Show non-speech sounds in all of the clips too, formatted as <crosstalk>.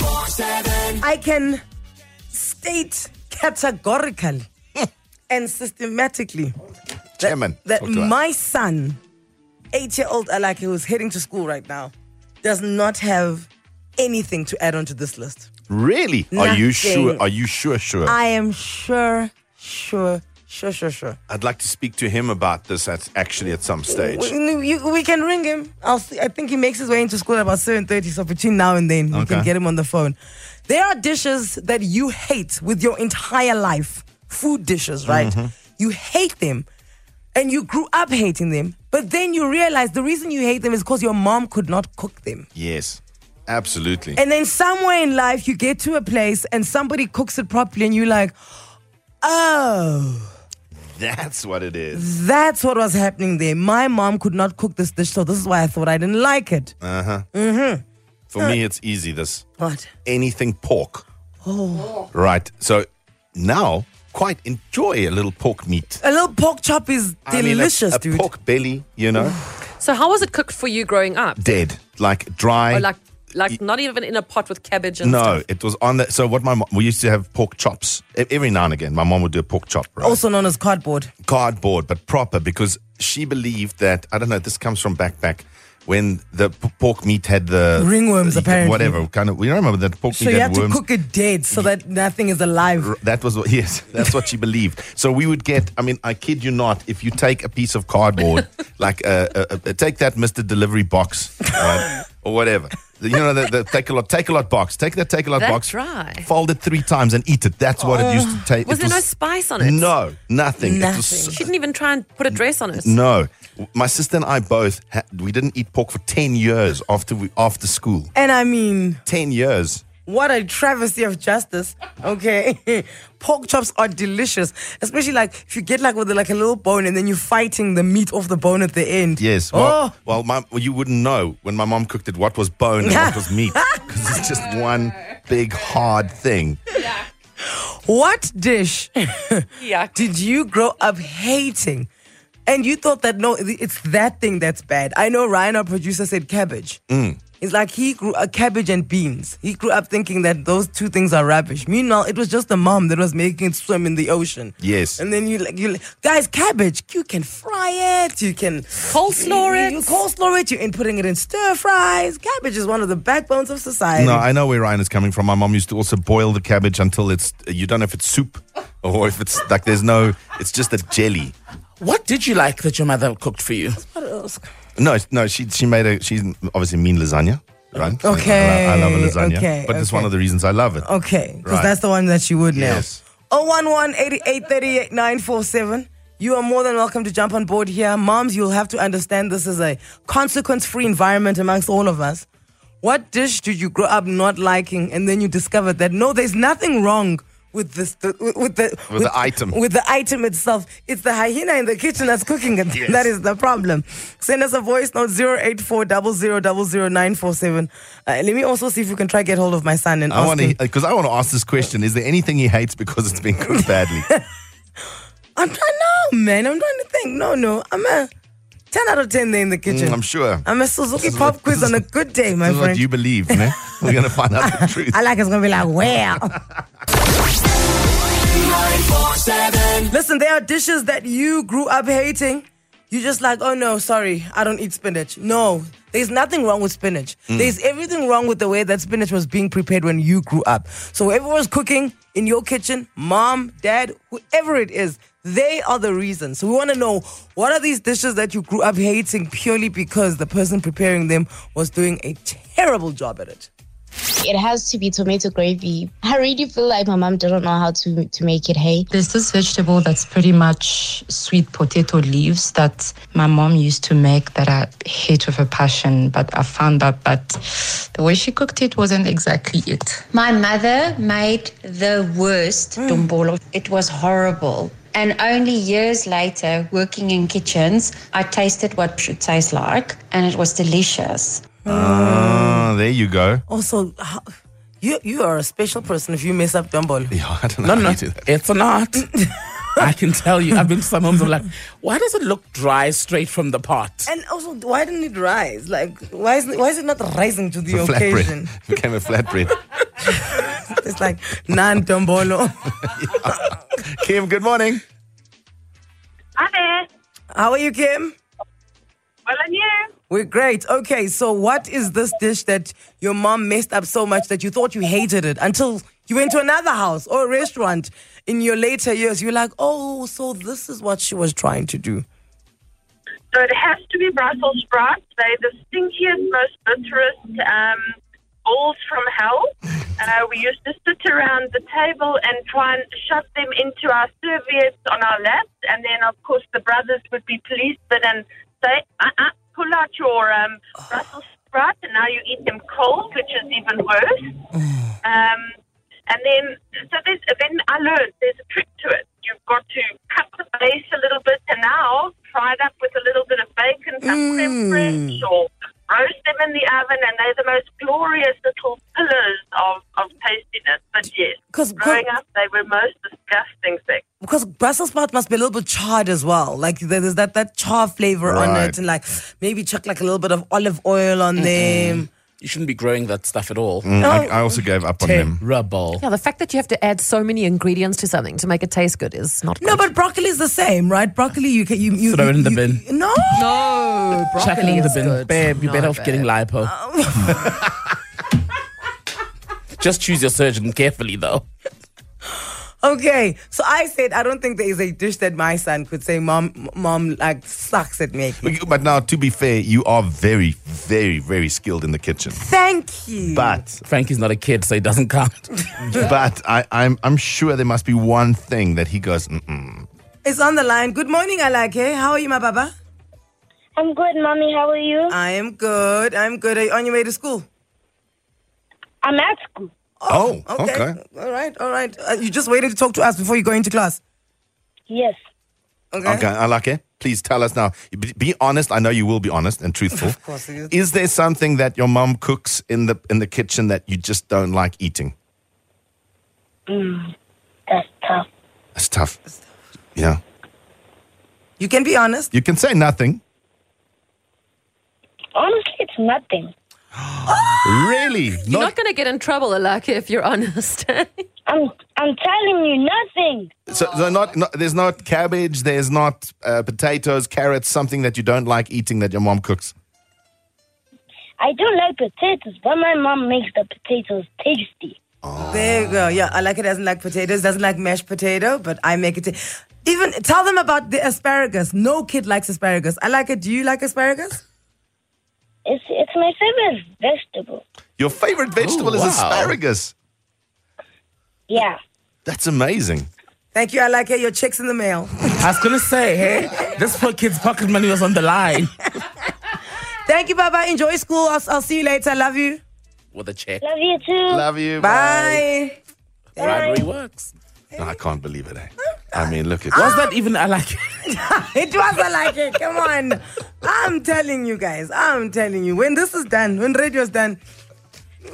1047. I can state <laughs> categorically and systematically Chairman. that talk to us. my son, eight year old Alaki, who's heading to school right now, does not have anything to add onto this list. Really? Are you sure? Nothing. Are you sure? Sure. I am sure, sure, sure, sure, sure. I'd like to speak to him about this at, actually at some stage. We, you- we can ring him. I'll see, I think he makes his way into school at about 7.30, so between now and then, you Okay. can get him on the phone. There are dishes that you hate with your entire life. Food dishes, right? You hate them, and you grew up hating them, but then you realize the reason you hate them is because your mom could not cook them. Yes, absolutely. And then somewhere in life, you get to a place and somebody cooks it properly, and you're like, oh... That's what it is. That's what was happening there. My mom could not cook this dish, so this is why I thought I didn't like it. For me, it's easy. This What? anything pork. Oh. Right. So now, quite enjoy a little pork meat. A little pork chop is I mean, a- delicious, a, dude. pork belly, you know, So, how was it cooked for you growing up? dead, like dry. Oh, Or like, like not even in a pot with cabbage and no, stuff. it was on the. So what my mom, we used to have pork chops E- every now and again. My mom would do a pork chop, right? Also known as cardboard. cardboard, but proper because she believed that I don't know. This comes from back back when the p- pork meat had the Ringworms, the- apparently. whatever kind of. We remember that pork So meat you had have to worms. cook it dead so <laughs> that nothing is alive. R- That was what, <laughs> yes, that's what she believed. So we would get. I mean, I kid you not. If you take a piece of cardboard, like uh, uh, uh, take that Mister Delivery box right, or whatever, you know, the, the take a lot, take a lot box, take that take a lot That's box, right. fold it three times and eat it. That's what it used to take. Was It there no spice on it? No, nothing. It was Nothing. She didn't even try and put a dress on it. No, my sister and I both ha- we didn't eat pork for ten years after we after school. And I mean, Ten years. what a travesty of justice. Okay. <laughs> pork chops are delicious. Especially like if you get like with like a little bone and then you're fighting the meat off the bone at the end. Yes. Well, oh. well, my, well, you wouldn't know when my mom cooked it what was bone and what <laughs> was meat because it's just one big hard thing. What dish Yeah. did you grow up hating? And you thought that no, it's that thing that's bad. I know Ryan, our producer, said cabbage. Mm. It's like he grew uh, cabbage and beans. He grew up thinking that those two things are rubbish. Meanwhile, it was just the mom that was making it swim in the ocean. Yes. And then you like you like, guys, cabbage. You can fry it. You can Coleslaw You it. coleslaw it. You're in putting it in stir fries. Cabbage is one of the backbones of society. No, I know where Ryan is coming from. My mom used to also boil the cabbage until it's you don't know if it's soup or if it's like there's no it's just a jelly. What did you like that your mother cooked for <laughs> you? What else? No, no, she she made a she's obviously mean lasagna, right? So Okay, I, lo- I love a lasagna, okay, but it's okay. one of the reasons I love it. Okay, because Right. that's the one that you would know. Yes. 011-8838-947. You are more than welcome to jump on board here. Moms, you'll have to understand this is a consequence-free environment amongst all of us. What dish did you grow up not liking and then you discovered that no, there's nothing wrong with this with the with, the item. with the item itself. It's the hyena in the kitchen that's cooking it. That is the problem. Send us a voice note 0840000947. Uh, let me also see if we can try get hold of my son and I want ask him. to because I want to ask this question: Is there anything he hates because it's been <laughs> cooked badly? I'm trying no man. I'm trying to think. No, no. I'm a ten out of ten there in the kitchen. Mm, I'm sure. I'm a This Suzuki is pop what- quiz this on is- a good day, my This is what friend. you <laughs> believe, man. We're gonna find out the truth. I like it's gonna be like, wow. 947. Listen, there are dishes that you grew up hating. You just like, oh no, sorry, I don't eat spinach. No, there's nothing wrong with spinach. There's everything wrong with the way that spinach was being prepared when you grew up. So whoever was cooking in your kitchen, mom, dad, whoever it is, they are the reason. So we want to know what are these dishes that you grew up hating purely because the person preparing them was doing a terrible job at it. It has to be tomato gravy. I really feel like my mom doesn't know how to to make it. Hey, There's this vegetable that's pretty much sweet potato leaves that my mom used to make that I hate with a passion, but I found out that the way she cooked it wasn't exactly it. My mother made the worst dombolo. It was horrible. And only years later, working in kitchens, I tasted what should taste like, and it was delicious. Ah, there you go. Also, how- you you are a special person if you mess up Dumbolo. Yeah, I don't know No, how no, you do that. it's not. I can tell you. I've been to some homes. I'm like, why does it look dry straight from the pot? And also, why didn't it rise? Like, why is why is it not rising to the It's a occasion? <laughs> <laughs> flatbread. Became a flatbread. It's like nan dombolo. Kim, good morning. Hi there. <laughs> How are you, Kim? Well, and you? We're great. Okay, so what is this dish that your mom messed up so much that you thought you hated it until you went to another house or a restaurant in your later years? You're like, oh, so this is what she was trying to do. So it has to be Brussels sprouts. They're the stinkiest, most bitterest um, balls from hell. And uh, we used to sit around the table and try and shove them into our serviettes on our laps. And then, of course, the brothers would be policemen and say, uh-uh, pull out your um, Brussels sprout. And now you eat them cold, which is even worse. Um, and then, so there's, then I learned there's a trick to it. You've got to cut the base a little bit, and now fry it up with a little bit of bacon, some Mm. creme fraiche, or roast them in the oven, and they're the most glorious little pillars of, of tastiness. But yes, 'Cause- growing 'cause- up, they were most disgusting things. Because Brussels sprout must be a little bit charred as well. Like there- there's that, that char flavor on Right. it, and like maybe chuck like a little bit of olive oil on them. You shouldn't be growing that stuff at all. Oh. Mm, I, I also gave up on them. Rubble. Yeah, the fact that you have to add so many ingredients to something to make it taste good is not good. No, but broccoli is the same, right? Broccoli, you can you, you Throw it in the you- bin. No, no, Chuck it broccoli in the is bin. good. Babe, you're No, better off babe. getting lipo. Um. <laughs> Just choose your surgeon carefully, though. Okay, so I said I don't think there is a dish that my son could say, "Mom, mom, like sucks at making." But you- But now, to be fair, you are very, very, very skilled in the kitchen. Thank you. But Frankie's not a kid, so it <laughs> doesn't count. but I, I'm I'm sure there must be one thing that he goes. Mm-mm. It's on the line. Good morning, Alake. How are you, my baba? I'm good, mommy. How are you? I am good. I'm good. Are you on your way to school? I'm at school. Oh, okay. All right, all right. Uh, you just waited to talk to us before you go into class. Yes. Okay. Okay, I like it. Please tell us now. Be be honest. I know you will be honest and truthful. of course it is. Is there something that your mom cooks in the in the kitchen that you just don't like eating? That's tough. That's tough. Yeah, You can be honest. you can say nothing. Honestly, it's nothing. Really? You're not going to get in trouble, Alaka, if you're honest. <laughs> I'm I'm telling you nothing. so, so not, not there's not cabbage. There's not uh, potatoes, carrots. Something that you don't like eating that your mom cooks. I do like potatoes, but my mom makes the potatoes tasty. There you go. Yeah, I like it. Doesn't like potatoes. Doesn't like mashed potato, but I make it. Even tell them about the asparagus. No kid likes asparagus. I like it. Do you like asparagus? It's it's my favorite vegetable. Your favorite vegetable wow. is asparagus. Yeah. That's amazing. Thank you. I like it. Your check's in the mail. <laughs> I was gonna say, hey, this poor kid's pocket money was on <laughs> the line Thank you, Baba. Enjoy school. I'll, I'll see you later. Love you. with a check. Love you too. Love you. Bye. Bribery works. No, I can't believe it. Eh? I mean, look at Was that even I like? <laughs> It was I like it. Come on. I'm telling you guys. I'm telling you. When this is done, when radio's done,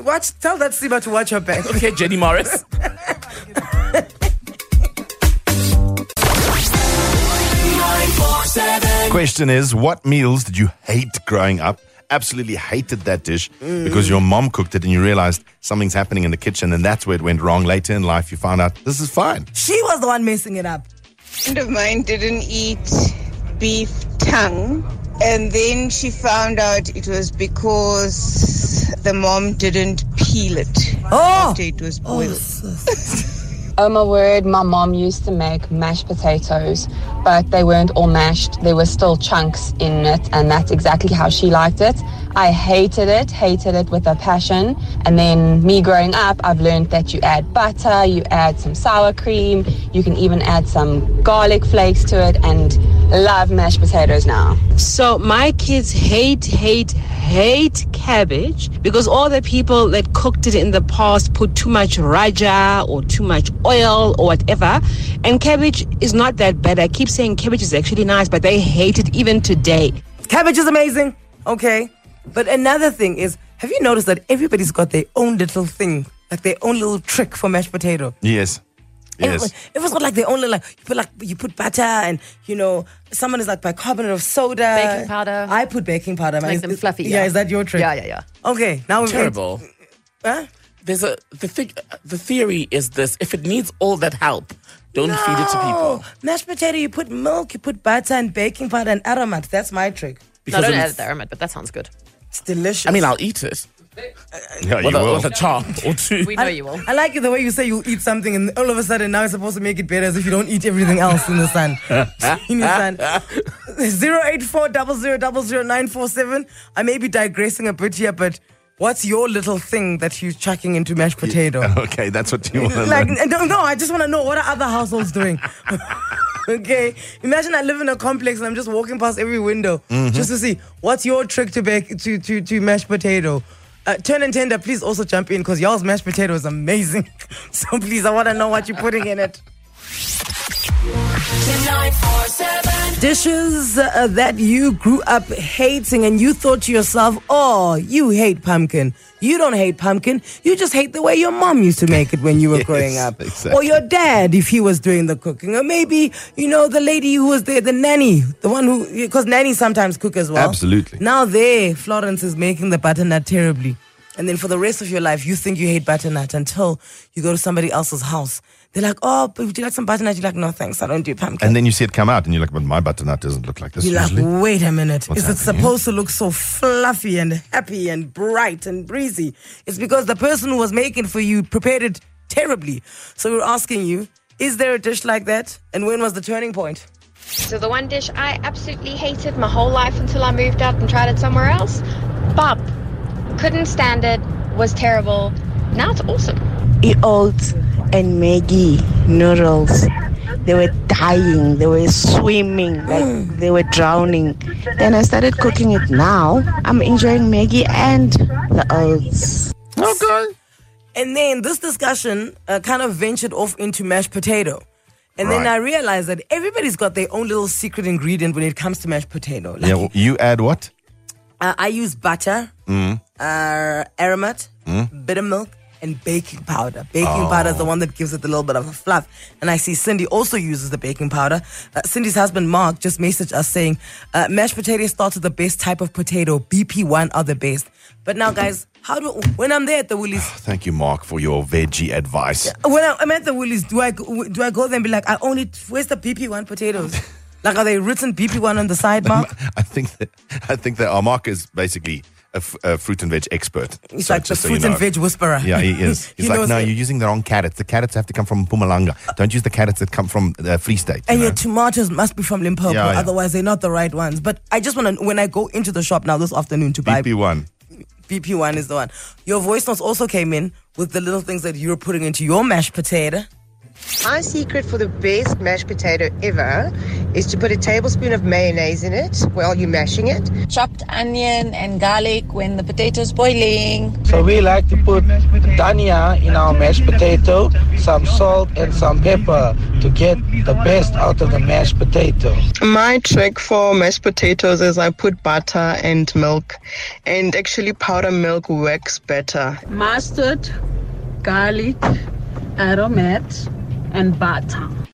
watch. Tell that Siba to watch her back. Okay, Jenny Morris. Question is, what meals did you hate growing up? Absolutely hated that dish because your mom cooked it and you realized something's happening in the kitchen and that's where it went wrong. Later in life, you found out this is fine. She was the one messing it up. friend of mine didn't eat beef tongue and then she found out it was because the mom didn't peel it Oh. after it was boiled. Oh my word, my mom used to make mashed potatoes, but they weren't all mashed. There were still chunks in it, and that's exactly how she liked it. I hated it, hated it with a passion. And then, me growing up, I've learned that you add butter, you add some sour cream, you can even add some garlic flakes to it, and love mashed potatoes now. So my kids hate, hate, hate cabbage because all the people that cooked it in the past put too much raja or too much oil or whatever. And cabbage is not that bad. I keep saying cabbage is actually nice, but they hate it even today. Cabbage is amazing. Okay. But another thing is, have you noticed that everybody's got their own little thing, like their own little trick for mashed potato? Yes. Yes. Everyone, everyone's got like their own little, like you put like you put butter and you know someone is like bicarbonate of soda, Baking powder. I put baking powder. man. Make Is- them fluffy. Yeah, is that your trick? Yeah, yeah, yeah. Okay, now we've Terrible. <laughs> Huh? there's a the thing. The theory is this: if it needs all that help, don't feed it to people. No. Mashed potato, you put milk, you put butter and baking powder and aromat. That's my trick. Because no, don't it's- add the aromat, but that sounds good. It's delicious. I mean, I'll eat it. Yeah, with, you a, will. <laughs> with a chop or two. We know you will. I like it the way you say you'll eat something and all of a sudden now you're supposed to make it better as if you don't eat everything else in the sun. <laughs> in the sun. 084 I may be digressing a bit here, but what's your little thing that you're chucking into mashed potato? Okay, that's what you want <laughs> to like no, no, I just want to know what are other households doing. <laughs> okay, imagine I live in a complex and I'm just walking past every window just to see what's your trick to bake to to to mashed potato. Uh, turn and tender, please also jump in because y'all's mashed potato is amazing. <laughs> so please, I want to know what you're putting in it. Dishes uh, that you grew up hating and you thought to yourself, oh, you hate pumpkin. You don't hate pumpkin. You just hate the way your mom used to make it when you were <laughs> Yes, growing up. Or exactly. your dad, if he was doing the cooking. Or maybe, you know, the lady who was there, the nanny, the one who, because nannies sometimes cook as well. Absolutely. Now there, Florence is making the butternut terribly. And then for the rest of your life, you think you hate butternut until you go to somebody else's house. They're like, oh, but would you like some butternut? You're like, no, thanks. I don't do pumpkin. And then you see it come out, and you're like, "But my butternut doesn't look like this." You're usually. like, wait a minute. What's is it happening here? supposed to look so fluffy and happy and bright and breezy? It's because the person who was making for you prepared it terribly. So we're asking you, is there a dish like that? And when was the turning point? So the one dish I absolutely hated my whole life until I moved out and tried it somewhere else, bop. Couldn't stand it. Was terrible. Now it's awesome. Eolds and Maggie noodles. They were dying, they were swimming, like they were drowning. Then I started cooking it now. I'm enjoying Maggie and the oats. Okay. And then this discussion uh, kind of ventured off into mashed potato. And then Right. I realized that everybody's got their own little secret ingredient when it comes to mashed potato. Like, Yeah, well, you add what? uh, I use butter, Mm. uh, aromat, Mm. Oh. bitter milk, and baking powder. Baking powder is the one that gives it a little bit of a fluff. And I see Cindy also uses the baking powder. Uh, Cindy's husband, Mark, just messaged us saying, uh, mashed potatoes starts with the best type of potato. BP1 are the best. But now, guys, how do, when I'm there at the Woolies, Thank you, Mark, for your veggie advice. when I, I'm at the Woolies, do I go- do I go there and be like, I only where's the BP one <laughs> potatoes? like, are they written BP one on the side mark? <laughs> I think that I think that our Mark is basically a, f- a fruit and veg expert. He's So like the just so you fruit and know. veg whisperer. Yeah, he is. <laughs> He's He like, knows no, it." you're using the wrong carrots. The carrots have to come from Pumalanga. Don't use the carrots that come from uh, Free State. And you your know? tomatoes must be from Limpopo, Yeah, yeah. otherwise they're not the right ones. But I just want to when I go into the shop now this afternoon to buy BP1. BP one is the one. Your voice notes also came in with the little things that you're putting into your mashed potato. My secret for the best mashed potato ever is to put a tablespoon of mayonnaise in it while you're mashing it. Chopped onion and garlic when the potato's boiling. So we like to put dhania in our mashed potato, some salt and some pepper to get the best out of the mashed potato. My trick for mashed potatoes is I put butter and milk, and actually powder milk works better. mustard, garlic, aromat, and butter.